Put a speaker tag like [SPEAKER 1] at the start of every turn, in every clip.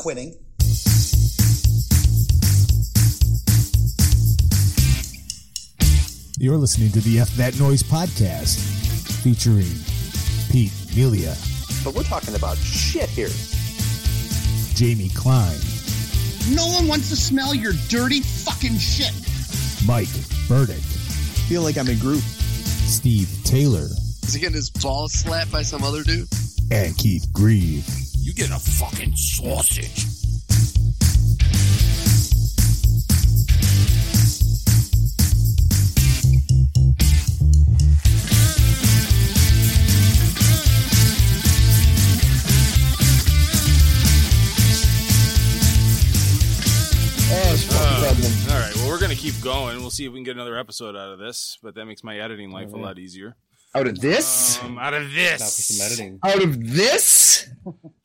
[SPEAKER 1] quitting.
[SPEAKER 2] You're listening to the F That Noise podcast featuring Pete Melia,
[SPEAKER 3] But we're talking about shit here.
[SPEAKER 2] Jamie Klein,
[SPEAKER 4] No one wants to smell your dirty fucking shit.
[SPEAKER 2] Mike Burdick,
[SPEAKER 5] feel like I'm in group.
[SPEAKER 2] Steve Taylor,
[SPEAKER 6] Is he getting his ball slapped by some other dude?
[SPEAKER 2] and Keith Grieve.
[SPEAKER 7] You get a fucking sausage.
[SPEAKER 8] Uh, All right. Well, we're gonna keep going. We'll see if we can get another episode out of this. But that makes my editing life a lot easier.
[SPEAKER 5] Out of this?
[SPEAKER 8] Um, Oh, out of this.
[SPEAKER 3] Now for some
[SPEAKER 6] Um,
[SPEAKER 3] editing.
[SPEAKER 5] Out of this?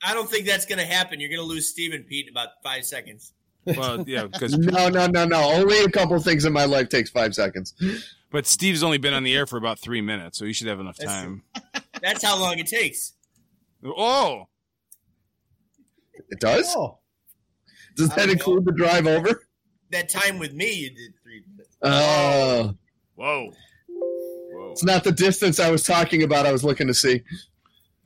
[SPEAKER 9] I don't think that's going to happen. You're going to lose Steven Pete in about five seconds.
[SPEAKER 8] Well, yeah, because
[SPEAKER 5] No, no, no, no. Only a couple things in my life takes five seconds.
[SPEAKER 8] but Steve's only been on the air for about three minutes, so he should have enough time.
[SPEAKER 9] That's how long it takes.
[SPEAKER 8] Oh,
[SPEAKER 5] It does?
[SPEAKER 3] Oh,
[SPEAKER 5] Does that
[SPEAKER 9] I
[SPEAKER 5] include the drive over?
[SPEAKER 9] That time with me, you did three minutes.
[SPEAKER 5] Oh,
[SPEAKER 8] whoa, whoa.
[SPEAKER 5] it's not the distance I was talking about. I was looking to see.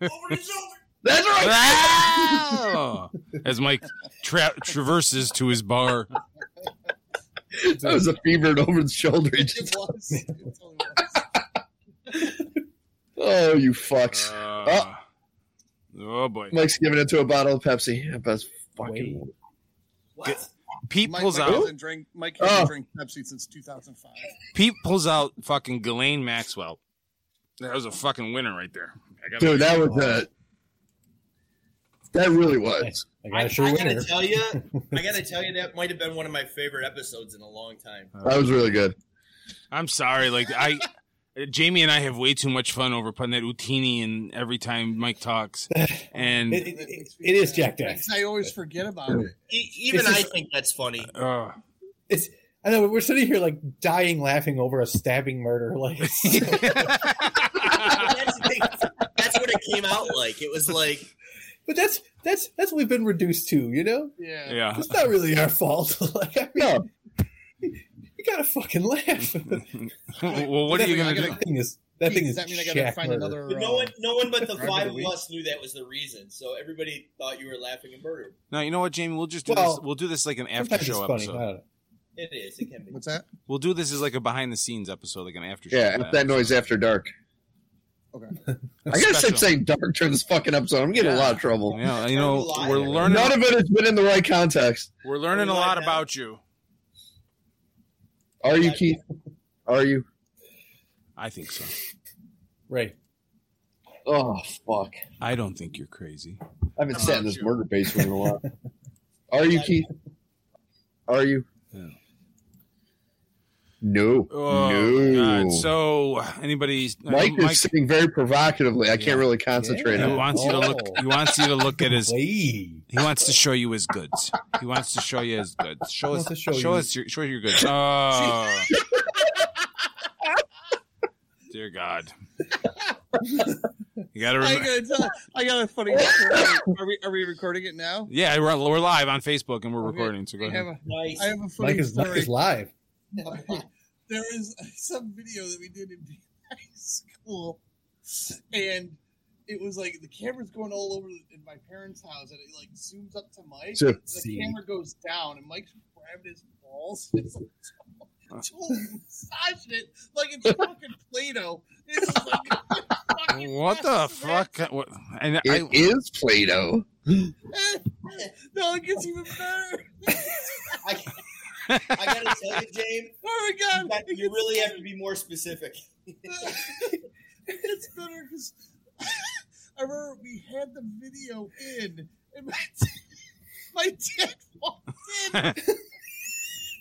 [SPEAKER 9] Over his shoulder.
[SPEAKER 5] That's right.
[SPEAKER 8] Ah! As Mike tra- traverses to his bar.
[SPEAKER 5] That was a fevered over the shoulder. He just-
[SPEAKER 9] It was. It totally was.
[SPEAKER 5] Oh, you fucks.
[SPEAKER 8] Uh, oh boy,
[SPEAKER 5] Mike's giving it to a bottle of Pepsi. That's fucking.
[SPEAKER 9] Wow.
[SPEAKER 8] Pete pulls
[SPEAKER 6] Mike
[SPEAKER 8] out.
[SPEAKER 6] hasn't drank, Mike hasn't
[SPEAKER 5] Oh.
[SPEAKER 6] drank Pepsi since 2005.
[SPEAKER 8] Pete pulls out fucking Ghislaine Maxwell. That was a fucking winner right there. I gotta-
[SPEAKER 5] Dude, that was a. That really was.
[SPEAKER 3] I
[SPEAKER 9] I,
[SPEAKER 3] got a sure
[SPEAKER 9] I
[SPEAKER 3] winner.
[SPEAKER 9] gotta tell you, I gotta tell you, that might have been one of my favorite episodes in a long time.
[SPEAKER 3] Uh,
[SPEAKER 5] That was really good.
[SPEAKER 8] I'm sorry. Like I, Jamie and I have way too much fun over putting that utini in every time Mike talks, and
[SPEAKER 3] It- it- it- it is Jack Jack.
[SPEAKER 6] I always forget about it.
[SPEAKER 9] E- even
[SPEAKER 3] This is-
[SPEAKER 9] I think that's funny.
[SPEAKER 8] uh,
[SPEAKER 3] It's I know we're sitting here like dying laughing over a stabbing murder. Like
[SPEAKER 9] That's, the thing. That's what it came out like. It was like
[SPEAKER 3] But that's that's that's what we've been reduced to, you know?
[SPEAKER 6] Yeah.
[SPEAKER 8] yeah,
[SPEAKER 3] It's not really our fault. like I mean,
[SPEAKER 5] No,
[SPEAKER 3] you gotta fucking laugh.
[SPEAKER 8] Mm-hmm. well, what are
[SPEAKER 3] That
[SPEAKER 8] you
[SPEAKER 3] thing-
[SPEAKER 8] gonna
[SPEAKER 3] that
[SPEAKER 8] do?
[SPEAKER 3] Thing is, that thing is
[SPEAKER 6] Does that mean I
[SPEAKER 3] Jack
[SPEAKER 6] gotta find
[SPEAKER 3] murder.
[SPEAKER 6] another?
[SPEAKER 9] But no
[SPEAKER 6] uh,
[SPEAKER 9] one, no one but the
[SPEAKER 6] Driver
[SPEAKER 9] five
[SPEAKER 6] of
[SPEAKER 9] of
[SPEAKER 6] the Week?
[SPEAKER 9] us knew that was the reason. So everybody thought you were laughing and murdered.
[SPEAKER 8] No, you know what, Jamie? We'll just do
[SPEAKER 3] Well,
[SPEAKER 8] this. We'll do this like an after
[SPEAKER 3] Sometimes it's
[SPEAKER 8] show
[SPEAKER 3] funny. I
[SPEAKER 8] episode.
[SPEAKER 3] don't know.
[SPEAKER 9] It is. It can be.
[SPEAKER 6] What's that?
[SPEAKER 8] We'll do this as like a behind the scenes episode, like an after show.
[SPEAKER 5] yeah, F that noise after dark.
[SPEAKER 6] Okay.
[SPEAKER 5] I gotta
[SPEAKER 8] Special.
[SPEAKER 5] stop saying dark during this fucking episode. I'm getting in a lot of trouble.
[SPEAKER 8] Yeah, you know,
[SPEAKER 9] Don't lie.
[SPEAKER 8] we're learning.
[SPEAKER 5] None of it has been in the right context.
[SPEAKER 8] We're learning a
[SPEAKER 9] Don't lie
[SPEAKER 8] lot
[SPEAKER 9] now.
[SPEAKER 8] about you.
[SPEAKER 5] Are you Keith? Are you?
[SPEAKER 8] I think so.
[SPEAKER 3] Right.
[SPEAKER 5] Oh fuck!
[SPEAKER 8] I don't think you're crazy.
[SPEAKER 5] I haven't sat in this
[SPEAKER 6] you?
[SPEAKER 5] murder basement in a while. Are you Keith? Are you?
[SPEAKER 8] Yeah.
[SPEAKER 5] No,
[SPEAKER 8] Oh,
[SPEAKER 5] no.
[SPEAKER 8] God. So, anybody? I know
[SPEAKER 5] Mike is sitting very provocatively. I
[SPEAKER 8] Yeah.
[SPEAKER 5] can't really concentrate.
[SPEAKER 8] he
[SPEAKER 3] Yeah.
[SPEAKER 5] on it.
[SPEAKER 8] wants you to look.
[SPEAKER 3] Oh.
[SPEAKER 8] He wants you to look at his
[SPEAKER 3] Hey.
[SPEAKER 8] He wants to show you his goods. He wants to show you his goods. Show us,
[SPEAKER 3] Wants to
[SPEAKER 8] show,
[SPEAKER 3] show you.
[SPEAKER 8] us your, show your goods. Oh, dear God! You gotta
[SPEAKER 6] I
[SPEAKER 8] remember.
[SPEAKER 6] gotta tell. I got a funny. story. Are we are we recording it now?
[SPEAKER 8] Yeah, we're, we're live on Facebook and we're
[SPEAKER 6] Okay.
[SPEAKER 8] recording. So go
[SPEAKER 6] I have
[SPEAKER 8] ahead.
[SPEAKER 6] a,
[SPEAKER 9] Nice.
[SPEAKER 6] I have a funny
[SPEAKER 3] Mike is, Mike
[SPEAKER 6] story.
[SPEAKER 3] is live.
[SPEAKER 6] there was some video that we did in high school, and it was like the camera's going all over in my parents' house, and it like zooms up to Mike.
[SPEAKER 5] So-
[SPEAKER 6] and the
[SPEAKER 3] See.
[SPEAKER 6] camera goes down, and Mike's grabbing his balls. and It's like, totally massaging it like it's fucking Play-Doh. It's just like fucking
[SPEAKER 8] What the
[SPEAKER 6] massive.
[SPEAKER 8] fuck? What- And
[SPEAKER 5] It
[SPEAKER 8] I,
[SPEAKER 5] is Play-Doh.
[SPEAKER 6] no, it gets even better.
[SPEAKER 9] I, I gotta tell you, James,
[SPEAKER 6] Oh my
[SPEAKER 9] you,
[SPEAKER 6] god,
[SPEAKER 9] got-
[SPEAKER 6] it
[SPEAKER 9] you
[SPEAKER 6] gets
[SPEAKER 9] really have to be more specific.
[SPEAKER 6] it's better because I remember we had the video in, and my, dad- my dad walked in.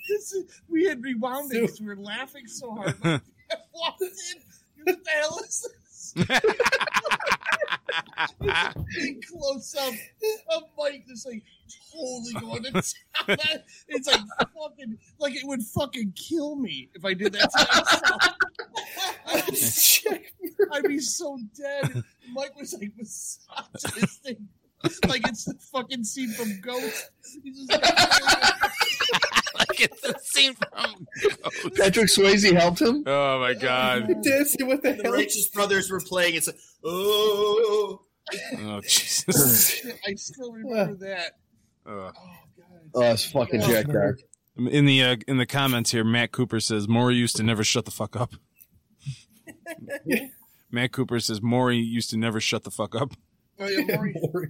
[SPEAKER 6] this is, we had rewound it because we were laughing so hard. My dad walked in. He was, What the hell is this? Big close up of Mike just like totally going to town. It's like fucking like it would fucking kill me if I did that to myself. I'd be so dead. Mike was like massaging this thing. like it's the fucking scene from Ghost. He's just like,
[SPEAKER 8] like it's the scene from. Ghost.
[SPEAKER 5] Patrick Swayze helped him.
[SPEAKER 8] Oh my god!
[SPEAKER 3] This, what the
[SPEAKER 9] The
[SPEAKER 3] hell?
[SPEAKER 9] Righteous Brothers were playing. It's like, oh,
[SPEAKER 8] Oh Jesus!
[SPEAKER 6] I still remember that.
[SPEAKER 8] Ugh.
[SPEAKER 6] Oh god.
[SPEAKER 5] Oh, that's fucking Jack Dark.
[SPEAKER 8] in the uh, in the comments here, Matt Cooper says Maury used to never shut the fuck up. Matt Cooper says Maury used to never shut the fuck up.
[SPEAKER 6] Oh, yeah, Maury
[SPEAKER 3] Maury.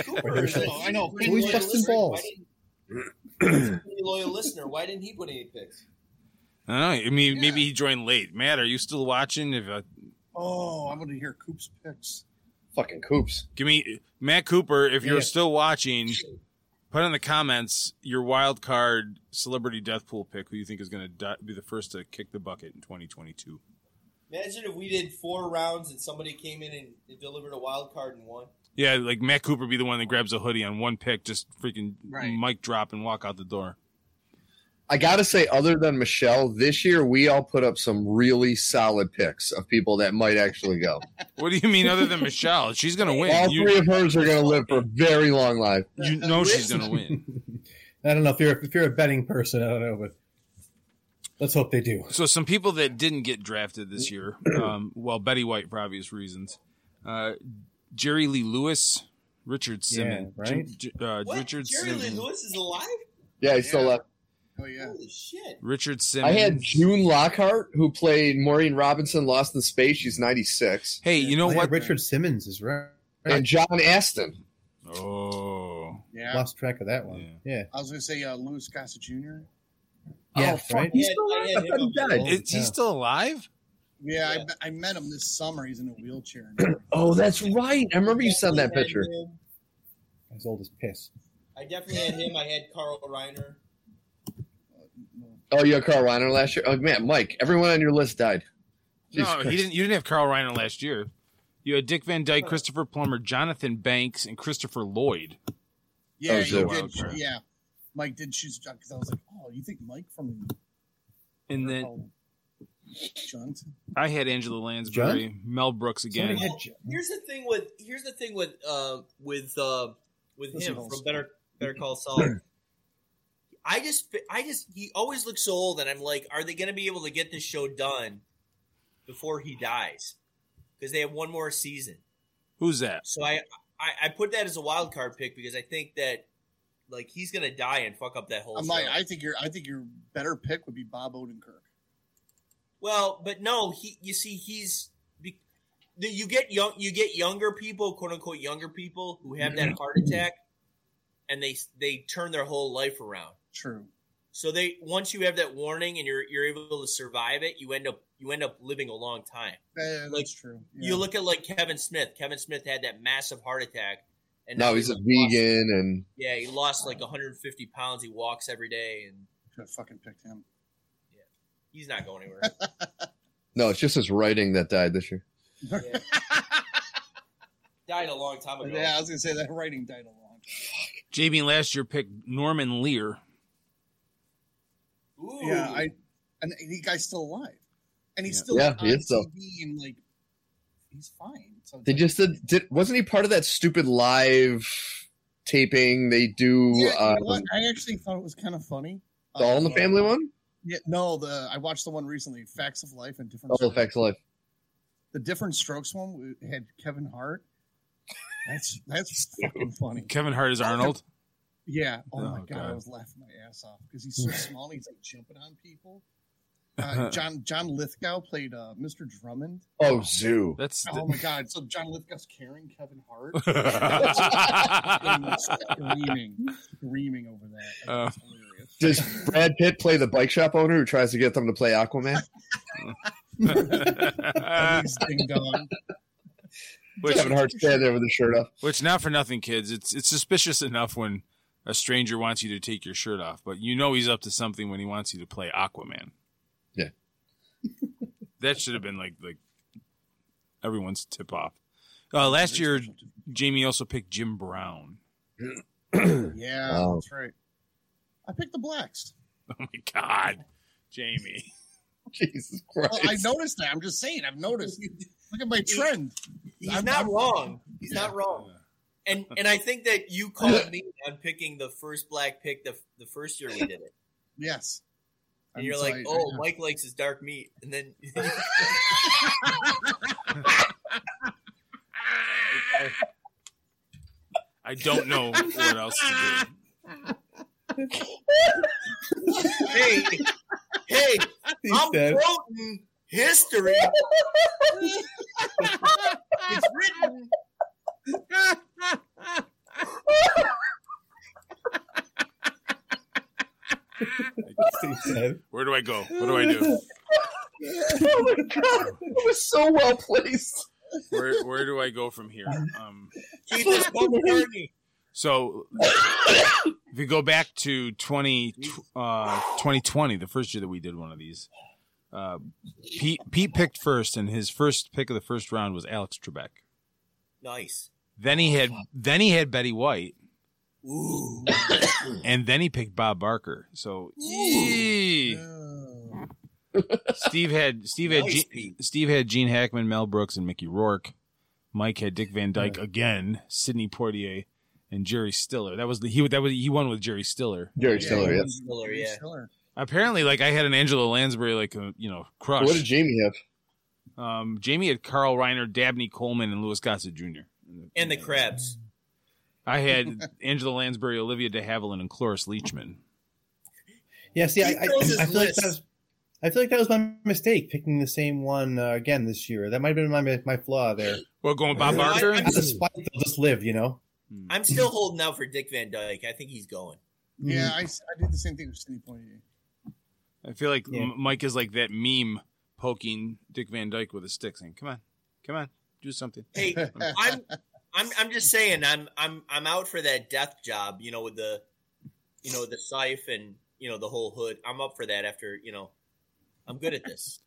[SPEAKER 6] Cooper. Oh, I know.
[SPEAKER 9] Pretty
[SPEAKER 3] Who's
[SPEAKER 9] loyal
[SPEAKER 3] Justin
[SPEAKER 9] listener.
[SPEAKER 3] Balls?
[SPEAKER 9] Why didn't- pretty loyal listener. Why didn't he put any picks?
[SPEAKER 8] I don't know. I mean, maybe he joined late. Matt, are you still watching? If uh,
[SPEAKER 6] Oh, I'm gonna hear Coop's picks.
[SPEAKER 5] Fucking Coops.
[SPEAKER 8] give me Matt Cooper, if you're
[SPEAKER 3] Yeah.
[SPEAKER 8] still watching, put in the comments your wild card celebrity death pool pick. Who you think is going to di- be the first to kick the bucket in 2022?
[SPEAKER 9] Imagine if we did four rounds and somebody came in and they delivered a wild card and won.
[SPEAKER 8] Yeah, like Matt Cooper be the one that grabs a hoodie on one pick, just freaking
[SPEAKER 6] Right.
[SPEAKER 8] mic drop and walk out the door.
[SPEAKER 5] I gotta say, other than Michelle, this year we all put up some really solid picks of people that might actually go.
[SPEAKER 8] What do you mean other than Michelle? She's going to win.
[SPEAKER 5] all
[SPEAKER 8] You-
[SPEAKER 5] three of hers are gonna live for a very long life.
[SPEAKER 8] You know she's gonna win.
[SPEAKER 3] I don't know if you're if you're a betting person. I don't know, but let's hope they do.
[SPEAKER 8] So some people that didn't get drafted this year, um, well, Betty White for obvious reasons, uh, Jerry Lee Lewis, Richard Simmons,
[SPEAKER 3] Yeah, right?
[SPEAKER 8] J- J- uh,
[SPEAKER 9] What?
[SPEAKER 8] Richard
[SPEAKER 9] Jerry Lee
[SPEAKER 8] Simmons,
[SPEAKER 9] Lewis is alive?
[SPEAKER 5] Yeah, he's still
[SPEAKER 6] Yeah.
[SPEAKER 5] left.
[SPEAKER 6] Oh yeah.
[SPEAKER 9] Holy shit.
[SPEAKER 8] Richard
[SPEAKER 5] I
[SPEAKER 8] Simmons.
[SPEAKER 5] had June Lockhart, who played Maureen Robinson, Lost in Space. She's 96.
[SPEAKER 8] Hey, you know
[SPEAKER 3] Oh, yeah,
[SPEAKER 8] what?
[SPEAKER 3] Richard Simmons is right.
[SPEAKER 5] And John Aston.
[SPEAKER 8] Oh,
[SPEAKER 6] Yeah.
[SPEAKER 3] Lost track of that one. Yeah.
[SPEAKER 6] I was gonna say uh, Louis Gossett Jr.
[SPEAKER 5] Oh,
[SPEAKER 3] Yeah, right?
[SPEAKER 9] He's still alive. I thought he died.
[SPEAKER 3] Oh,
[SPEAKER 8] is he
[SPEAKER 3] yeah.
[SPEAKER 8] still alive?
[SPEAKER 6] Yeah,
[SPEAKER 9] Yeah.
[SPEAKER 6] I, I met him this summer. He's in a wheelchair. now.
[SPEAKER 5] Oh, that's right. I remember you sent that picture.
[SPEAKER 3] As old as piss.
[SPEAKER 9] I definitely had him. I had Carl Reiner.
[SPEAKER 5] Oh, you had Carl Reiner last year? Oh, man, Mike, everyone on your list died. Jesus
[SPEAKER 8] no, he
[SPEAKER 5] Christ.
[SPEAKER 8] didn't. You didn't have Carl Reiner last year. You had Dick Van Dyke, Christopher Plummer, Jonathan Banks, and Christopher Lloyd.
[SPEAKER 6] Yeah,
[SPEAKER 5] Oh,
[SPEAKER 6] you
[SPEAKER 5] so-
[SPEAKER 6] did.
[SPEAKER 8] Wow, okay.
[SPEAKER 6] Yeah, Mike did choose John because I was like, oh, you think Mike from
[SPEAKER 8] And then
[SPEAKER 6] oh, Johnson?
[SPEAKER 8] I had Angela Lansbury, Mel Brooks again.
[SPEAKER 3] Somebody had
[SPEAKER 6] Uh,
[SPEAKER 9] Well, here's the thing with here's the thing with uh with uh with
[SPEAKER 6] Listen,
[SPEAKER 9] him
[SPEAKER 6] Paul.
[SPEAKER 9] from Better Better Call Saul. I just I just he always looks so old, and I'm like, are they going to be able to get this show done before he dies? Because they have one more season.
[SPEAKER 8] Who's that?
[SPEAKER 9] So I, I I put that as a wild card pick because I think that like he's going to die and fuck up that whole.
[SPEAKER 6] I'm
[SPEAKER 9] show.
[SPEAKER 6] like, I think your I think your better pick would be Bob Odenkirk.
[SPEAKER 9] Well, but no, he. You see, he's be- the- you get young, you get younger people, quote unquote, younger people who have
[SPEAKER 5] Mm-hmm.
[SPEAKER 9] that heart attack, and they they turn their whole life around.
[SPEAKER 6] True.
[SPEAKER 9] So they once you have that warning and you're you're able to survive it, you end up you end up living a long time.
[SPEAKER 6] Eh, that's
[SPEAKER 9] Like,
[SPEAKER 6] true.
[SPEAKER 9] You look at like Kevin Smith. Kevin Smith had that massive heart attack, and
[SPEAKER 5] No,
[SPEAKER 9] now
[SPEAKER 5] he's
[SPEAKER 9] he
[SPEAKER 5] a
[SPEAKER 9] lost-
[SPEAKER 5] vegan and
[SPEAKER 9] yeah, he lost like 150 pounds. He walks every day, and
[SPEAKER 6] Could have fucking picked him.
[SPEAKER 9] he's not going anywhere.
[SPEAKER 5] no, it's just his writing that died this year.
[SPEAKER 9] Yeah. Died a long time ago.
[SPEAKER 6] Yeah, I was gonna say that writing died a long time.
[SPEAKER 8] JB last year picked Norman Lear.
[SPEAKER 9] Ooh.
[SPEAKER 6] Yeah, I and the guy's still alive, and he's
[SPEAKER 8] Yeah.
[SPEAKER 6] still
[SPEAKER 5] Yeah,
[SPEAKER 6] on
[SPEAKER 5] he is still-
[SPEAKER 6] TV and like he's fine. So
[SPEAKER 5] They just did, did wasn't he part of that stupid live taping they do
[SPEAKER 6] Yeah, you know
[SPEAKER 5] uh,
[SPEAKER 6] what? I actually thought it was kind of funny.
[SPEAKER 5] the All in the
[SPEAKER 6] Uh,
[SPEAKER 5] Family one?
[SPEAKER 6] Yeah, no, the I watched the one recently, Facts of Life and Different.
[SPEAKER 5] Oh,
[SPEAKER 6] Strokes.
[SPEAKER 5] Facts of Life.
[SPEAKER 6] The Different Strokes one w- had Kevin Hart. That's that's fucking funny.
[SPEAKER 8] Kevin Hart
[SPEAKER 6] Oh,
[SPEAKER 8] is Arnold.
[SPEAKER 6] Yeah. Oh,
[SPEAKER 8] Oh,
[SPEAKER 6] my god,
[SPEAKER 8] God.
[SPEAKER 6] I was laughing my ass off because he's so small. and He's like jumping on people.
[SPEAKER 8] Uh-huh.
[SPEAKER 6] Uh, John John Lithgow played uh, Mr. Drummond.
[SPEAKER 5] Oh, Zoo.
[SPEAKER 8] That's
[SPEAKER 6] Oh my god! So John Lithgow's carrying Kevin Hart. And
[SPEAKER 8] the-
[SPEAKER 6] he's screaming, screaming over that.
[SPEAKER 8] Oh.
[SPEAKER 6] That's hilarious.
[SPEAKER 5] Does Brad Pitt play the bike shop owner who tries to get them to play Aquaman?
[SPEAKER 8] uh,
[SPEAKER 6] At least Ding Dong.
[SPEAKER 8] which,
[SPEAKER 5] Kevin Hart standing there with his shirt off.
[SPEAKER 8] which, not for nothing, kids. It's it's suspicious enough when a stranger wants you to take your shirt off, but you know he's up to something when he wants you to play Aquaman.
[SPEAKER 5] Yeah.
[SPEAKER 8] that should have been like like everyone's tip off. Uh, last year, Jamie also picked Jim Brown.
[SPEAKER 6] Yeah,
[SPEAKER 5] Wow.
[SPEAKER 6] that's right. I picked the blacks.
[SPEAKER 8] Oh my God, Jamie.
[SPEAKER 5] Jesus Christ.
[SPEAKER 6] Well, I noticed that. I'm just saying. I've noticed. Look at my trend.
[SPEAKER 9] He's
[SPEAKER 6] I'm-
[SPEAKER 9] not
[SPEAKER 6] I'm-
[SPEAKER 9] wrong. He's not wrong. and and I think that you called me on picking the first black pick the the first year we did it,
[SPEAKER 6] Yes.
[SPEAKER 9] and
[SPEAKER 6] I'm
[SPEAKER 9] you're
[SPEAKER 6] sorry,
[SPEAKER 9] like, "Oh,
[SPEAKER 6] yeah.
[SPEAKER 9] Mike likes his dark meat," and then
[SPEAKER 8] I don't know what else to do.
[SPEAKER 9] hey, hey,
[SPEAKER 3] He
[SPEAKER 9] I'm
[SPEAKER 3] said,
[SPEAKER 9] quoting history. it's written.
[SPEAKER 3] he said,
[SPEAKER 8] Where do I go? What do I do?
[SPEAKER 5] oh my god, it was so well placed.
[SPEAKER 8] Where where do I go from here? Um,
[SPEAKER 9] Keep this book journey.
[SPEAKER 8] so if we go back to 20, uh, 2020, the first year that we did one of these, uh, Pete Pete picked first, and his first pick of the first round was Alex Trebek.
[SPEAKER 9] Nice.
[SPEAKER 8] Then he had then he had Betty White,
[SPEAKER 9] Ooh.
[SPEAKER 8] and then he picked Bob Barker. So Yee.
[SPEAKER 6] Oh.
[SPEAKER 8] Steve had Steve had
[SPEAKER 9] Nice,
[SPEAKER 8] Gene,
[SPEAKER 9] Pete.
[SPEAKER 8] Steve had Gene Hackman, Mel Brooks, and Mickey Rourke. Mike had Dick Van Dyke again, Sidney Poitier, and Jerry Stiller. That was the he that was he won with Jerry Stiller.
[SPEAKER 5] Jerry Stiller, yeah.
[SPEAKER 9] Stiller, yeah.
[SPEAKER 6] Stiller.
[SPEAKER 8] Apparently, like I had an Angela Lansbury, like a you know crush.
[SPEAKER 5] What did Jamie have?
[SPEAKER 8] um, Jamie had Carl Reiner, Dabney Coleman, and Louis Gossett Jr.
[SPEAKER 9] And the crabs.
[SPEAKER 8] I had Angela Lansbury, Olivia De Havilland, and Cloris Leachman.
[SPEAKER 3] "Yeah, see, I, I,
[SPEAKER 6] He knows his
[SPEAKER 3] I feel like
[SPEAKER 6] list.
[SPEAKER 3] that was, I feel like that was my mistake picking the same one uh, again this year. That might have been my my flaw there.
[SPEAKER 8] Well, going Bob
[SPEAKER 9] Well, I-
[SPEAKER 8] Barker.
[SPEAKER 9] I'm
[SPEAKER 3] Out of spite, they'll just live, you know."
[SPEAKER 9] I'm still holding out for Dick Van Dyke. I think he's going.
[SPEAKER 6] Yeah, I, s- I did the same thing with Sidney Poitier.
[SPEAKER 8] I feel like
[SPEAKER 3] Yeah.
[SPEAKER 8] M- Mike is like that meme poking Dick Van Dyke with a stick, saying, "Come on, come on, do something."
[SPEAKER 9] Hey, I'm I'm I'm just saying I'm I'm I'm out for that death job, you know, with the you know, the scythe and you know, the whole hood. I'm up for that after, you know, I'm good at this.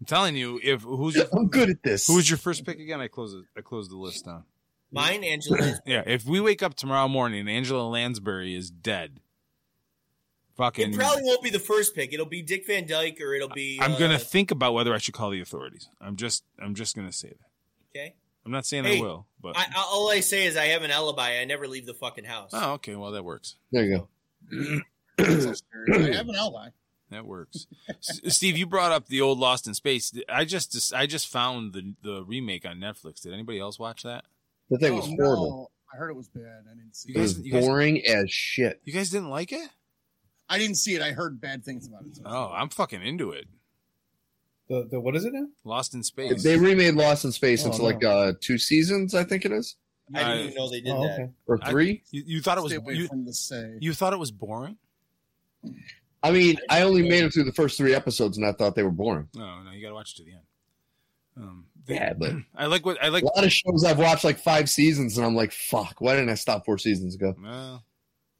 [SPEAKER 8] I'm telling you, if who's your,
[SPEAKER 9] Oh,
[SPEAKER 5] I'm good at this.
[SPEAKER 8] who's your first pick again? I close it. I close the list down.
[SPEAKER 9] Mine, Angela.
[SPEAKER 8] Yeah, if we wake up tomorrow morning and Angela Lansbury is dead, fucking,
[SPEAKER 9] It probably won't be the first pick. It'll be Dick Van Dyke, or it'll be.
[SPEAKER 8] I'm
[SPEAKER 9] uh,
[SPEAKER 8] gonna think about whether I should call the authorities. I'm just, I'm just gonna say that.
[SPEAKER 9] okay.
[SPEAKER 8] I'm not saying I
[SPEAKER 9] Hey,
[SPEAKER 8] will, but
[SPEAKER 9] I, I- all I say is I have an alibi. I never leave the fucking house.
[SPEAKER 8] oh, okay, well that works.
[SPEAKER 5] there you go.
[SPEAKER 6] So scary. I have an alibi.
[SPEAKER 8] That works. S- Steve, you brought up the old Lost in Space. I just, I just found the the remake on Netflix. Did anybody else watch that?
[SPEAKER 5] That thing was
[SPEAKER 6] Oh,
[SPEAKER 5] horrible.
[SPEAKER 6] No. I heard it was bad. I didn't see
[SPEAKER 8] You
[SPEAKER 5] It
[SPEAKER 6] it.
[SPEAKER 5] was
[SPEAKER 8] guys- you guys-
[SPEAKER 5] boring as shit.
[SPEAKER 8] You guys didn't like it?
[SPEAKER 6] I didn't see it. I heard bad things about it. so-
[SPEAKER 8] Oh, I'm fucking into it.
[SPEAKER 3] The, the what is it now?
[SPEAKER 8] Lost in Space.
[SPEAKER 5] They remade Lost in Space
[SPEAKER 3] Oh,
[SPEAKER 5] into
[SPEAKER 3] no.
[SPEAKER 5] like uh, two seasons, I think it is,
[SPEAKER 9] I didn't
[SPEAKER 8] I-
[SPEAKER 9] even know they did
[SPEAKER 3] Oh,
[SPEAKER 9] that.
[SPEAKER 3] okay.
[SPEAKER 5] or
[SPEAKER 8] I-
[SPEAKER 5] three.
[SPEAKER 8] you, you thought it was
[SPEAKER 6] Stay away
[SPEAKER 8] you,
[SPEAKER 6] from the say.
[SPEAKER 8] you thought it was boring?
[SPEAKER 5] I mean, I only made it through the first three episodes, and I thought they were boring.
[SPEAKER 8] No, no, you got to watch it to the end. Um, they-
[SPEAKER 5] Yeah, but
[SPEAKER 8] I like what I like.
[SPEAKER 5] a lot of shows I've watched like five seasons, and I'm like, fuck, why didn't I stop four seasons ago?
[SPEAKER 8] Well,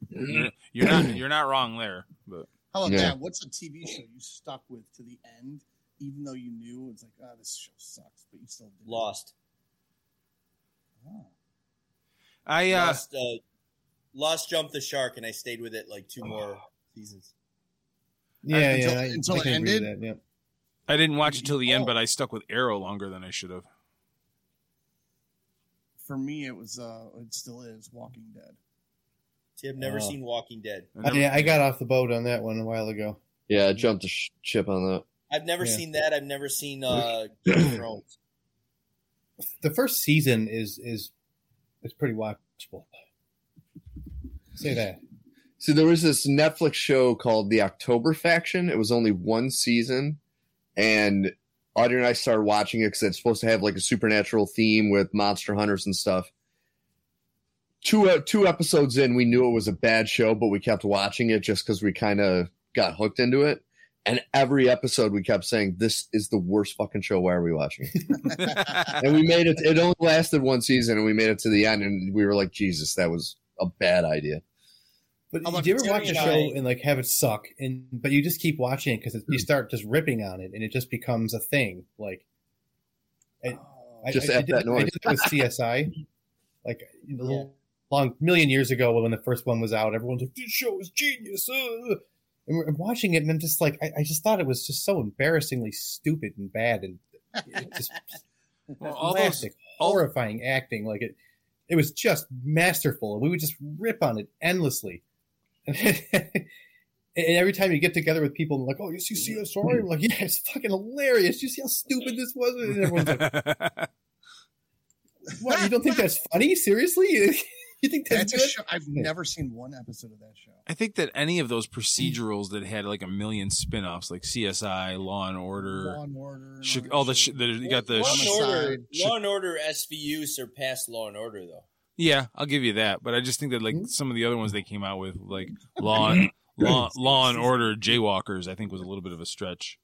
[SPEAKER 8] you're, you're not you're not wrong there, but
[SPEAKER 6] How about
[SPEAKER 5] Yeah.
[SPEAKER 6] that? What's a TV show you stuck with to the end, even though you knew it's like, oh, this show sucks, but you still did it?
[SPEAKER 9] Lost.
[SPEAKER 6] Oh.
[SPEAKER 8] I uh,
[SPEAKER 9] Lost, uh, Lost jumped the shark, and I stayed with it like two
[SPEAKER 8] Oh.
[SPEAKER 9] more seasons.
[SPEAKER 3] Yeah,
[SPEAKER 6] until-
[SPEAKER 3] yeah. I-
[SPEAKER 6] until
[SPEAKER 3] I
[SPEAKER 6] it
[SPEAKER 3] can agree with
[SPEAKER 6] ended?
[SPEAKER 3] that, yeah.
[SPEAKER 8] I didn't watch it till the end, but I stuck with Arrow longer than I should have.
[SPEAKER 6] For me, it was, uh, it still is Walking Dead.
[SPEAKER 9] See, I've never
[SPEAKER 3] Oh.
[SPEAKER 9] seen Walking Dead.
[SPEAKER 8] I never-
[SPEAKER 3] yeah, I got off the boat on that one a while ago.
[SPEAKER 5] Yeah, I jumped a sh- ship on that.
[SPEAKER 9] I've never
[SPEAKER 3] Yeah.
[SPEAKER 9] seen that. I've never seen uh, Game of Thrones.
[SPEAKER 3] The first season is is is pretty watchable. Say that.
[SPEAKER 5] So there was this Netflix show called The October Faction. It was only one season, and Audrey and I started watching it because it's supposed to have like a supernatural theme with monster hunters and stuff. Two uh, two episodes in, we knew it was a bad show, but we kept watching it just because we kind of got hooked into it. And every episode, we kept saying, "This is the worst fucking show. Why are we watching?" it?" and we made it. It only lasted one season, and we made it to the end, and we were like, "Jesus, that was a bad idea."
[SPEAKER 3] But
[SPEAKER 6] How about
[SPEAKER 3] do you ever
[SPEAKER 6] Tyrion
[SPEAKER 3] watch a
[SPEAKER 9] and
[SPEAKER 3] show
[SPEAKER 9] I-
[SPEAKER 3] and like have it suck, and but you just keep watching it because
[SPEAKER 6] Hmm.
[SPEAKER 3] you start just ripping on it, and it just becomes a thing. Like I-
[SPEAKER 6] Oh,
[SPEAKER 3] I,
[SPEAKER 5] Just
[SPEAKER 3] I, I
[SPEAKER 5] add
[SPEAKER 3] did,
[SPEAKER 5] that
[SPEAKER 3] I
[SPEAKER 5] noise.
[SPEAKER 3] did that with CSI, like a little- long million years ago when the first one was out. Everyone's like, "This show is genius," uh." and we're- I'm watching it, and I'm just like, I, I just thought it was just so embarrassingly stupid and bad, and it just
[SPEAKER 8] Well, all those
[SPEAKER 3] plastic,
[SPEAKER 8] all-
[SPEAKER 3] horrifying acting. Like it, it It was just masterful. and We would just rip on it endlessly. and every time you get together with people, and like, oh, you see CSI? I'm like, yeah, it's fucking hilarious. You see how stupid this was? And everyone's like, what? You don't think that's funny? Seriously? you think
[SPEAKER 6] That's
[SPEAKER 3] that's,
[SPEAKER 6] a
[SPEAKER 3] good?
[SPEAKER 6] show. I've never seen one episode of that show.
[SPEAKER 8] I think that any of those procedurals that had like a million spin-offs, like CSI, Law and Order,
[SPEAKER 6] Law and Order. and
[SPEAKER 8] Chi-
[SPEAKER 6] that
[SPEAKER 8] all the
[SPEAKER 6] shit.
[SPEAKER 8] shit that you got the
[SPEAKER 9] Law
[SPEAKER 8] sh-
[SPEAKER 9] and Order,
[SPEAKER 8] Sh-
[SPEAKER 9] Law and Order SVU surpassed Law and Order though.
[SPEAKER 8] yeah, I'll give you that. But I just think that like some of the other ones they came out with, like Law and Law, Law and Order, Jaywalkers, I think was a little bit of a stretch.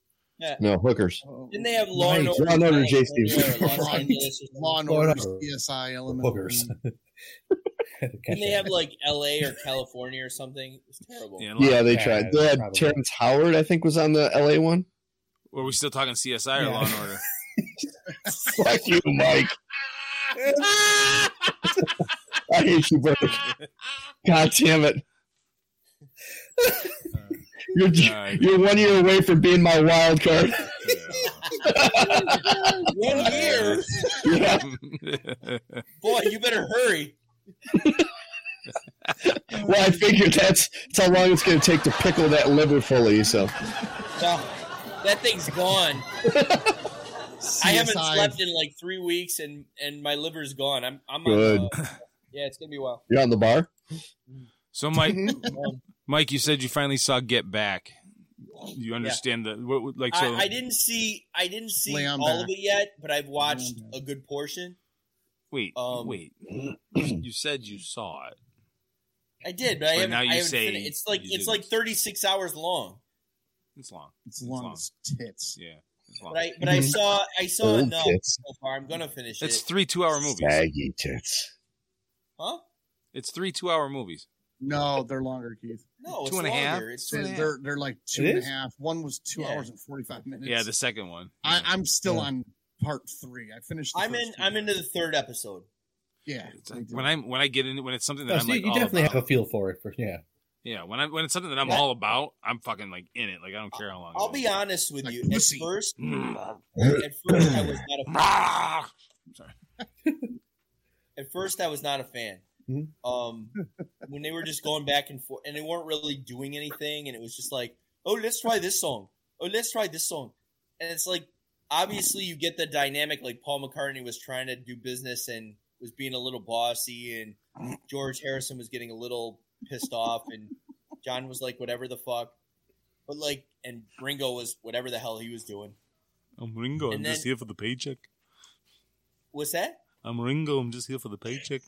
[SPEAKER 5] No hookers.
[SPEAKER 6] Oh,
[SPEAKER 9] Didn't they have Law and
[SPEAKER 5] Right.
[SPEAKER 9] Order?
[SPEAKER 5] Law and Order,
[SPEAKER 9] Night
[SPEAKER 5] J.
[SPEAKER 9] when they were in uh,
[SPEAKER 5] Stevens.
[SPEAKER 9] Los
[SPEAKER 6] Right.
[SPEAKER 9] Angeles or something?
[SPEAKER 6] Law and Order, CSI, Elementary.
[SPEAKER 3] Boogers.
[SPEAKER 5] Mm.
[SPEAKER 9] Didn't they have like L.A. or California or something? It was terrible.
[SPEAKER 8] Yeah, Law-
[SPEAKER 5] Yeah, they
[SPEAKER 3] Yeah,
[SPEAKER 5] tried. They had
[SPEAKER 3] probably.
[SPEAKER 5] Terrence Howard, I think, was on the LA one.
[SPEAKER 8] Were we still talking CSI or
[SPEAKER 3] Yeah.
[SPEAKER 8] Law and Order?
[SPEAKER 5] Fuck you, Mike. I hate you both. God damn it. You're,
[SPEAKER 8] Alright.
[SPEAKER 5] you're one year away from being my wild card.
[SPEAKER 9] One year,
[SPEAKER 5] Yeah.
[SPEAKER 9] boy, you better hurry.
[SPEAKER 5] Well, I figured that's, that's how long it's going to take to pickle that liver fully. So,
[SPEAKER 9] No, that thing's gone.
[SPEAKER 6] CSI.
[SPEAKER 9] I haven't slept in like three weeks, and and my liver's gone. I'm I'm on,
[SPEAKER 5] Good.
[SPEAKER 9] uh, yeah, it's gonna be a while.
[SPEAKER 5] you're on the bar.
[SPEAKER 8] so Mike, Mike, you said you finally saw Get Back. You understand the what, what- like so
[SPEAKER 9] I, I didn't see I didn't see
[SPEAKER 6] Lay
[SPEAKER 9] all
[SPEAKER 6] on
[SPEAKER 9] of
[SPEAKER 6] back.
[SPEAKER 9] it yet, but I've watched
[SPEAKER 6] on
[SPEAKER 9] a good portion.
[SPEAKER 8] wait
[SPEAKER 9] um,
[SPEAKER 8] wait you said you saw it
[SPEAKER 9] I did, but I
[SPEAKER 8] But
[SPEAKER 9] haven't.
[SPEAKER 8] now you
[SPEAKER 9] I haven't
[SPEAKER 8] say
[SPEAKER 9] finished. It's like
[SPEAKER 8] you
[SPEAKER 9] it's
[SPEAKER 8] didn't.
[SPEAKER 9] like thirty six hours long.
[SPEAKER 8] it's long
[SPEAKER 6] It's long as tits.
[SPEAKER 8] yeah it's long
[SPEAKER 9] But I but I saw I saw
[SPEAKER 5] Old
[SPEAKER 9] enough
[SPEAKER 5] tits.
[SPEAKER 9] so far. I'm gonna finish
[SPEAKER 8] it's
[SPEAKER 9] it.
[SPEAKER 8] three two hour movies
[SPEAKER 5] Saggy tits.
[SPEAKER 9] huh?
[SPEAKER 8] it's three two hour movies
[SPEAKER 6] No, they're longer, Keith.
[SPEAKER 9] No, it's
[SPEAKER 8] Two and a half?
[SPEAKER 9] longer. It's
[SPEAKER 8] Two and a half.
[SPEAKER 6] They're they're like two and a
[SPEAKER 3] is?
[SPEAKER 6] half. One was two
[SPEAKER 9] Yeah.
[SPEAKER 6] hours and forty five minutes.
[SPEAKER 8] yeah the second one
[SPEAKER 6] I,
[SPEAKER 8] Yeah.
[SPEAKER 6] I'm still
[SPEAKER 3] Yeah.
[SPEAKER 6] on part three. I finished. The
[SPEAKER 9] I'm
[SPEAKER 6] first
[SPEAKER 9] in.
[SPEAKER 6] two.
[SPEAKER 9] I'm into the third episode.
[SPEAKER 6] Yeah.
[SPEAKER 8] It's like, when I'm when I get in when it's something that
[SPEAKER 3] Oh,
[SPEAKER 8] I'm
[SPEAKER 3] so you-
[SPEAKER 8] like
[SPEAKER 3] you
[SPEAKER 8] all
[SPEAKER 3] definitely
[SPEAKER 8] about,
[SPEAKER 3] have a feel for it. For, yeah.
[SPEAKER 8] yeah when I when it's something that I'm
[SPEAKER 9] Yeah.
[SPEAKER 8] all about I'm fucking like in it like I don't care how long
[SPEAKER 9] I'll
[SPEAKER 8] it Mm.
[SPEAKER 9] be honest with
[SPEAKER 6] Like
[SPEAKER 9] you. At
[SPEAKER 6] pussy.
[SPEAKER 9] first,
[SPEAKER 8] is.
[SPEAKER 9] at first I was not a
[SPEAKER 8] Ah!
[SPEAKER 9] At first, I was not a fan.
[SPEAKER 3] Mhm.
[SPEAKER 9] Um, when they were just going back and forth, and they weren't really doing anything, and it was just like, "Oh, let's try this song. Oh, let's try this song," and it's like, obviously, you get the dynamic. Like Paul McCartney was trying to do business and was being a little bossy, and George Harrison was getting a little pissed off, and John was like, "Whatever the fuck," but like, and Ringo was whatever the hell he was doing.
[SPEAKER 8] I'm Ringo
[SPEAKER 9] And
[SPEAKER 8] I'm just
[SPEAKER 9] then-
[SPEAKER 8] here for the paycheck
[SPEAKER 9] What's that?
[SPEAKER 8] I'm Ringo I'm just here for the paycheck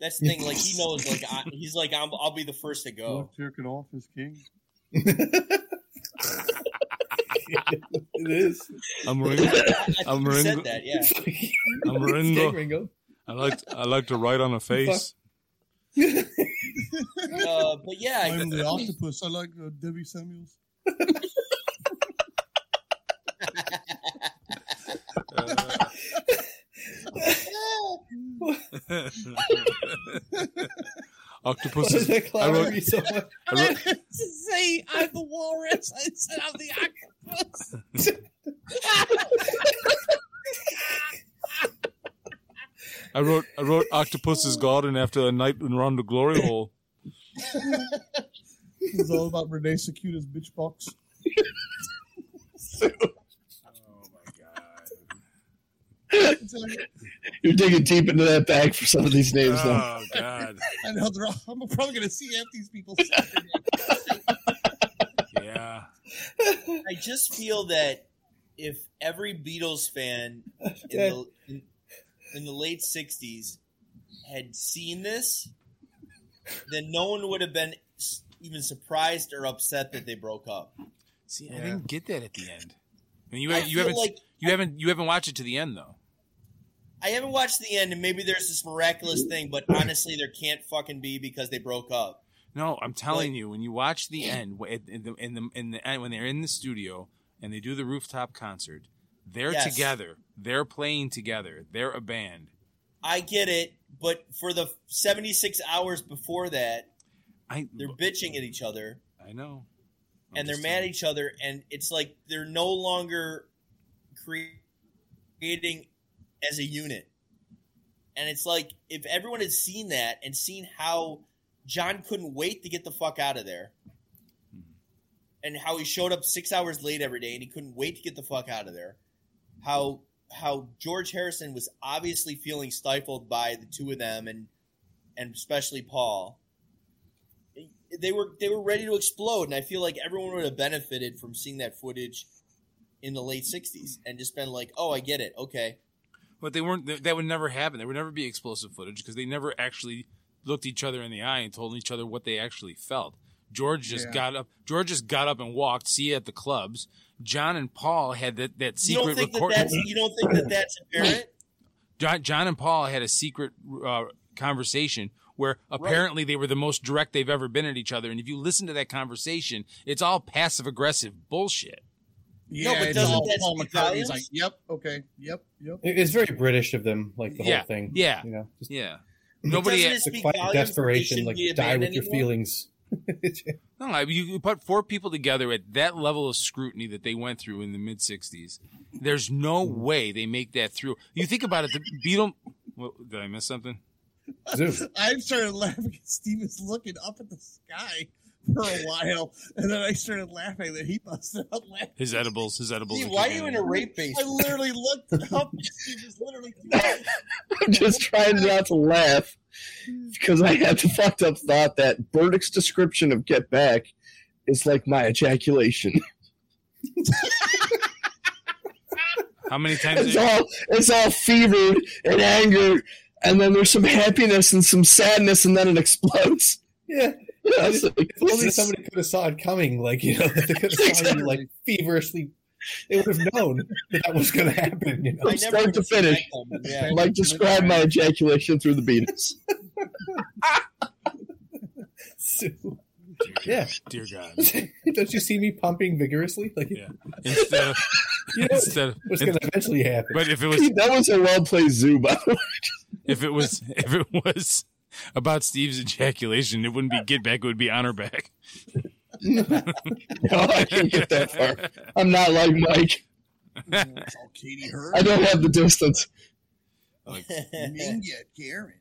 [SPEAKER 9] That's the thing. Like he knows. Like I, he's like, I'm, "I'll be the first to go."
[SPEAKER 6] took it off as king.
[SPEAKER 3] It is.
[SPEAKER 8] I'm Ringo
[SPEAKER 9] I think
[SPEAKER 8] I'm
[SPEAKER 9] you
[SPEAKER 8] Ringo.
[SPEAKER 9] said that, yeah.
[SPEAKER 8] I'm
[SPEAKER 3] King
[SPEAKER 8] Ringo
[SPEAKER 3] Ringo.
[SPEAKER 8] I like I like to write on a face
[SPEAKER 9] Uh, but yeah, I-
[SPEAKER 6] the octopus. I like uh, Debbie Samuels.
[SPEAKER 8] Uh, Octopus
[SPEAKER 3] Why does
[SPEAKER 8] is
[SPEAKER 3] that
[SPEAKER 8] I
[SPEAKER 3] clown
[SPEAKER 8] wrote-
[SPEAKER 3] me so much?
[SPEAKER 8] I wrote-
[SPEAKER 6] to say I'm the walrus. I said I'm the octopus.
[SPEAKER 8] I wrote I wrote Octopus's Garden after a night around the glory hole.
[SPEAKER 6] It's all about Renee Secuta's bitch box. oh my god!
[SPEAKER 5] You're digging deep into that bag for some of these names now.
[SPEAKER 3] Uh.
[SPEAKER 8] Oh God!
[SPEAKER 6] I know they're all, I'm probably gonna see half these people.
[SPEAKER 8] Yeah.
[SPEAKER 9] I just feel that if every Beatles fan in
[SPEAKER 3] Yeah.
[SPEAKER 9] the, in, in the late '60s had seen this, then no one would have been s- even surprised or upset that they broke up.
[SPEAKER 8] See, I
[SPEAKER 6] Yeah.
[SPEAKER 8] didn't get that at the end. I mean, you
[SPEAKER 9] I
[SPEAKER 8] you
[SPEAKER 9] feel
[SPEAKER 8] haven't
[SPEAKER 9] like-
[SPEAKER 8] you haven't you haven't watched it to the end though.
[SPEAKER 9] I haven't watched the end, and maybe there's this miraculous thing, but honestly, there can't fucking be because they broke up.
[SPEAKER 8] No, I'm telling you, when you watch the end, wh- in the in the, in the end, when they're in the studio and they do the rooftop concert, they're
[SPEAKER 9] Yes.
[SPEAKER 8] together. They're playing together. They're a band.
[SPEAKER 9] I get it, but for the 76 hours before that,
[SPEAKER 8] I
[SPEAKER 9] they're bitching at each other.
[SPEAKER 8] I know. I'm
[SPEAKER 9] and they're
[SPEAKER 8] just
[SPEAKER 9] mad at
[SPEAKER 8] telling
[SPEAKER 9] each other, and it's like they're no longer cre- creating as a unit. And it's like if everyone had seen that and seen how John couldn't wait to get the fuck out of there,
[SPEAKER 8] Hmm.
[SPEAKER 9] and how he showed up six hours late every day and he couldn't wait to get the fuck out of there, how how George Harrison was obviously feeling stifled by the two of them and and especially Paul. They were they were ready to explode, and I feel like everyone would have benefited from seeing that footage in the late '60s and just been like, "Oh, I get it. Okay,
[SPEAKER 8] But they weren't. th- That would never happen. There would never be explosive footage because they never actually looked each other in the eye and told each other what they actually felt. George just
[SPEAKER 6] Yeah.
[SPEAKER 8] got up. George just got up and walked. See you at the clubs. John and Paul had that, that
[SPEAKER 9] you don't
[SPEAKER 8] secret
[SPEAKER 9] think that
[SPEAKER 8] recording.
[SPEAKER 9] that's you don't think that that's apparent."
[SPEAKER 8] John, John and Paul had a secret uh, conversation where apparently they were the most direct they've ever been at each other. And if you listen to that conversation, it's all passive aggressive bullshit.
[SPEAKER 6] Yeah,
[SPEAKER 9] but
[SPEAKER 6] it's
[SPEAKER 9] doesn't
[SPEAKER 6] all
[SPEAKER 9] that
[SPEAKER 6] Paul
[SPEAKER 9] speak
[SPEAKER 6] McCartney's
[SPEAKER 9] volumes?
[SPEAKER 6] like, yep, okay, yep, yep.
[SPEAKER 3] It- It's very British of them, like the
[SPEAKER 8] Yeah,
[SPEAKER 3] whole thing.
[SPEAKER 8] yeah.
[SPEAKER 3] you know, just
[SPEAKER 8] Yeah. Nobody.
[SPEAKER 9] doesn't it
[SPEAKER 3] the
[SPEAKER 9] speak
[SPEAKER 3] quiet
[SPEAKER 9] volumes that they
[SPEAKER 3] desperation,
[SPEAKER 9] shouldn't
[SPEAKER 3] like
[SPEAKER 9] be a
[SPEAKER 3] die
[SPEAKER 9] band
[SPEAKER 3] with your
[SPEAKER 9] anymore?
[SPEAKER 3] feelings.
[SPEAKER 8] No, I mean, you you put four people together at that level of scrutiny that they went through in the mid '60s. There's no way they make that through. You think about it. The Beatles. What, did I miss something?
[SPEAKER 3] Zoom.
[SPEAKER 6] I started laughing. 'cause Steve was looking up at the sky for a while, and then I started laughing that he busted out laughing.
[SPEAKER 8] His edibles. His edibles.
[SPEAKER 9] See,
[SPEAKER 8] are
[SPEAKER 9] why are
[SPEAKER 8] kicking
[SPEAKER 9] you in a rape
[SPEAKER 6] I
[SPEAKER 9] basement?
[SPEAKER 6] literally looked up. and Steve was literally
[SPEAKER 5] I'm just trying not to laugh because I had the fucked up thought that Burdick's description of Get Back is like my ejaculation.
[SPEAKER 8] How many times?
[SPEAKER 5] It's all it's all fevered and anger, and then there's some happiness and some sadness, and then it explodes.
[SPEAKER 3] Yeah,
[SPEAKER 5] I was like,
[SPEAKER 3] if only
[SPEAKER 5] this-
[SPEAKER 3] somebody could have saw it coming. Like you know, they could have saw you like feverishly. They would have known that, that was going to happen. You know,
[SPEAKER 5] From start to finish,
[SPEAKER 9] Um, yeah.
[SPEAKER 5] like describe my ejaculation through the Beatles.
[SPEAKER 3] So,
[SPEAKER 8] Dear
[SPEAKER 3] yeah.
[SPEAKER 8] God. Dear God.
[SPEAKER 3] Don't you see me pumping vigorously? Like
[SPEAKER 8] Yeah. Instead of.
[SPEAKER 3] you know,
[SPEAKER 8] Instead of
[SPEAKER 3] what's going to eventually happen?
[SPEAKER 8] but if it was
[SPEAKER 5] that was a well played zoo, by the way.
[SPEAKER 8] if it was if it was about Steve's ejaculation, it wouldn't be get back. It would be honor back.
[SPEAKER 5] No, I can't get that far. I'm not like Mike.
[SPEAKER 6] it's all Katie Heard.
[SPEAKER 5] I don't have the distance.
[SPEAKER 6] Ninja Karen.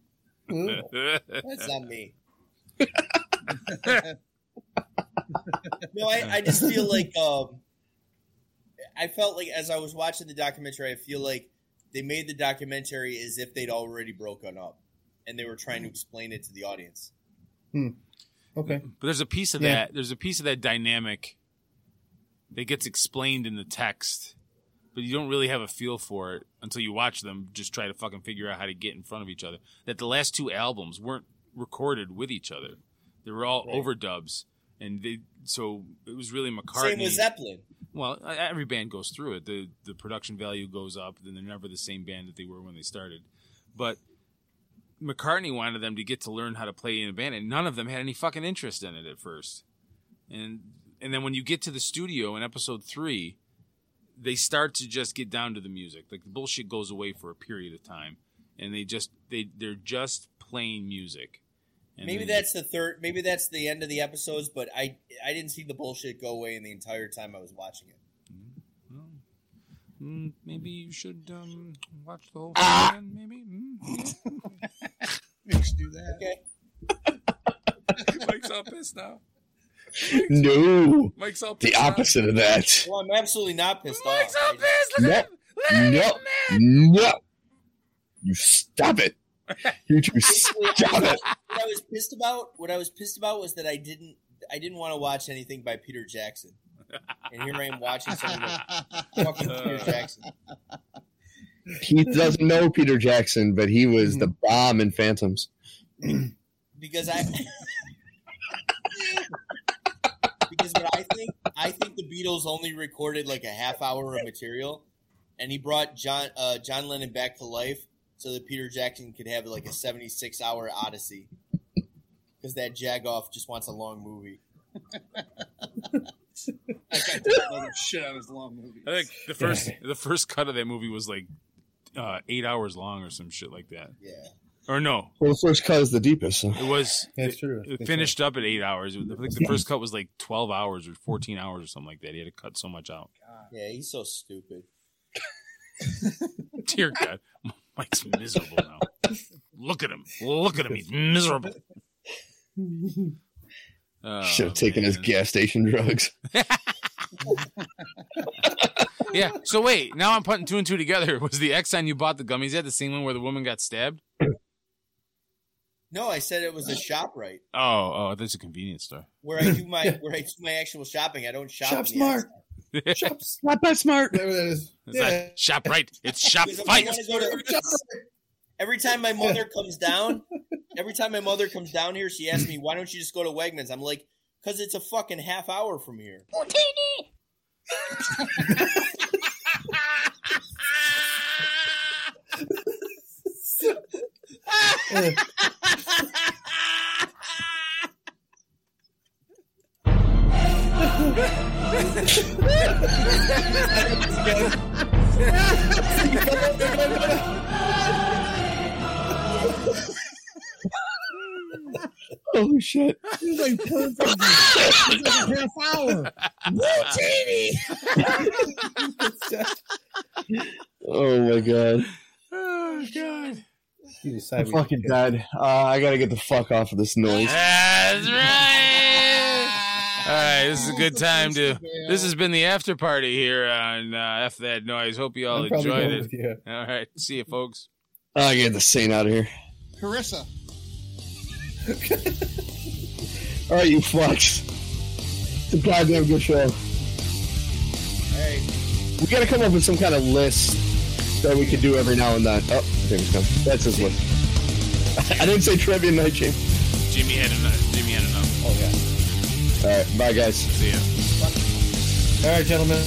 [SPEAKER 3] Mm.
[SPEAKER 9] That's not me. no, I, I just feel like um, I felt like as I was watching the documentary, I feel like they made the documentary as if they'd already broken up, and they were trying to explain it to the audience.
[SPEAKER 3] Okay.
[SPEAKER 8] But there's a piece of
[SPEAKER 3] Yeah.
[SPEAKER 8] that. There's a piece of that dynamic that gets explained in the text, but you don't really have a feel for it until you watch them just try to fucking figure out how to get in front of each other. That the last two albums weren't recorded with each other; they were all overdubs, and they so it was really McCartney.
[SPEAKER 9] Same with Zeppelin.
[SPEAKER 8] Well, e- every band goes through it. The the production value goes up, then they're never the same band that they were when they started. But McCartney wanted them to get to learn how to play in a band, and none of them had any fucking interest in it at first. And and then when you get to the studio in episode three, they start to just get down to the music. Like the bullshit goes away for a period of time, and they just they they're just playing music. And
[SPEAKER 9] Maybe
[SPEAKER 8] they-
[SPEAKER 9] that's the third. Maybe that's the end of the episodes. But I, I didn't see the bullshit go away in the entire time I was watching it.
[SPEAKER 8] Well, mm, maybe you should um, watch the whole thing.
[SPEAKER 5] Ah.
[SPEAKER 8] again, Maybe. Mm.
[SPEAKER 6] Fix do that.
[SPEAKER 9] Okay.
[SPEAKER 8] Mike's all pissed now.
[SPEAKER 5] No,
[SPEAKER 8] Mike's all pissed
[SPEAKER 5] the opposite of that.
[SPEAKER 9] Well, I'm absolutely not pissed off. I just-
[SPEAKER 5] No, no, no. You stop it. You two
[SPEAKER 9] Basically,
[SPEAKER 5] stop
[SPEAKER 9] I-
[SPEAKER 5] it.
[SPEAKER 9] what I was pissed about, what I was pissed about was that I didn't, I didn't want to watch anything by Peter Jackson, and here I am watching something with fucking Peter Jackson.
[SPEAKER 5] He doesn't know Peter Jackson, but he was the
[SPEAKER 6] Mm-hmm.
[SPEAKER 5] bomb in Phantoms.
[SPEAKER 9] because I because what I think I think the Beatles only recorded like a half hour of material, and he brought John uh, John Lennon back to life so that Peter Jackson could have like a seventy six hour odyssey because that jagoff just wants a long movie.
[SPEAKER 6] I got to another shit out of his long movie.
[SPEAKER 8] I think the first the first cut of that movie was like uh, eight hours long or some shit like that.
[SPEAKER 9] Yeah,
[SPEAKER 8] Or no,
[SPEAKER 5] Well, the first cut is the deepest. so-
[SPEAKER 8] it was
[SPEAKER 3] That's true.
[SPEAKER 8] It, finished up at eight hours. It was- I think the first cut was like twelve hours or fourteen hours or something like that. He had to cut so much out.
[SPEAKER 9] yeah, he's so stupid.
[SPEAKER 8] Dear God, Mike's miserable now. Look at him. Look at him. He's miserable. Oh,
[SPEAKER 5] Should have taken his
[SPEAKER 8] man.
[SPEAKER 5] gas station drugs.
[SPEAKER 8] Yeah. So wait, now I'm putting two and two together. Was the Exxon you bought the gummies at the same one where the woman got stabbed?
[SPEAKER 9] No, I said it was a shop right
[SPEAKER 8] Oh, oh, there's a convenience store.
[SPEAKER 9] where I do my where I do my actual shopping. I don't shop.
[SPEAKER 3] Shop
[SPEAKER 9] in the app.
[SPEAKER 3] smart. Shop smart.
[SPEAKER 4] Not that smart.
[SPEAKER 3] Whatever that is.
[SPEAKER 8] It's not shop right. It's shop
[SPEAKER 9] Because if I
[SPEAKER 8] fight.
[SPEAKER 9] wanna go to- Every time my mother comes down, every time my mother comes down here, she asks me, "Why don't you just go to Wegmans?" I'm like, "Cause it's a fucking half hour from here."
[SPEAKER 5] Holy shit.
[SPEAKER 6] It's like perfect. It's like a half hour.
[SPEAKER 5] Oh my god.
[SPEAKER 8] Oh god.
[SPEAKER 3] You
[SPEAKER 5] I
[SPEAKER 3] decide what
[SPEAKER 5] fucking died. Uh, I gotta get the fuck off of this noise.
[SPEAKER 8] That's right. All right, this is a good time to. This has been the after party here on uh, F That Noise. Hope you all
[SPEAKER 3] I'm probably
[SPEAKER 8] enjoyed
[SPEAKER 3] going
[SPEAKER 8] it.
[SPEAKER 3] with you.
[SPEAKER 8] All right, see you, folks.
[SPEAKER 5] I get the saint out of here.
[SPEAKER 4] Carissa.
[SPEAKER 5] All right, you fucks. It's a goddamn good show.
[SPEAKER 9] Hey,
[SPEAKER 5] We gotta come up with some kind of list that we could do every now and then. Oh, James come. That's his list. I didn't say trivia night, James.
[SPEAKER 8] Jimmy had enough. Jimmy had enough.
[SPEAKER 5] All right, bye guys.
[SPEAKER 8] See ya.
[SPEAKER 3] All right, gentlemen.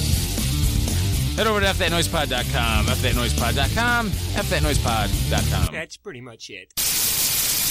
[SPEAKER 8] Head over to fthatnoisepod.com, fthatnoisepod.com, fthatnoisepod.com.
[SPEAKER 1] That's pretty much it.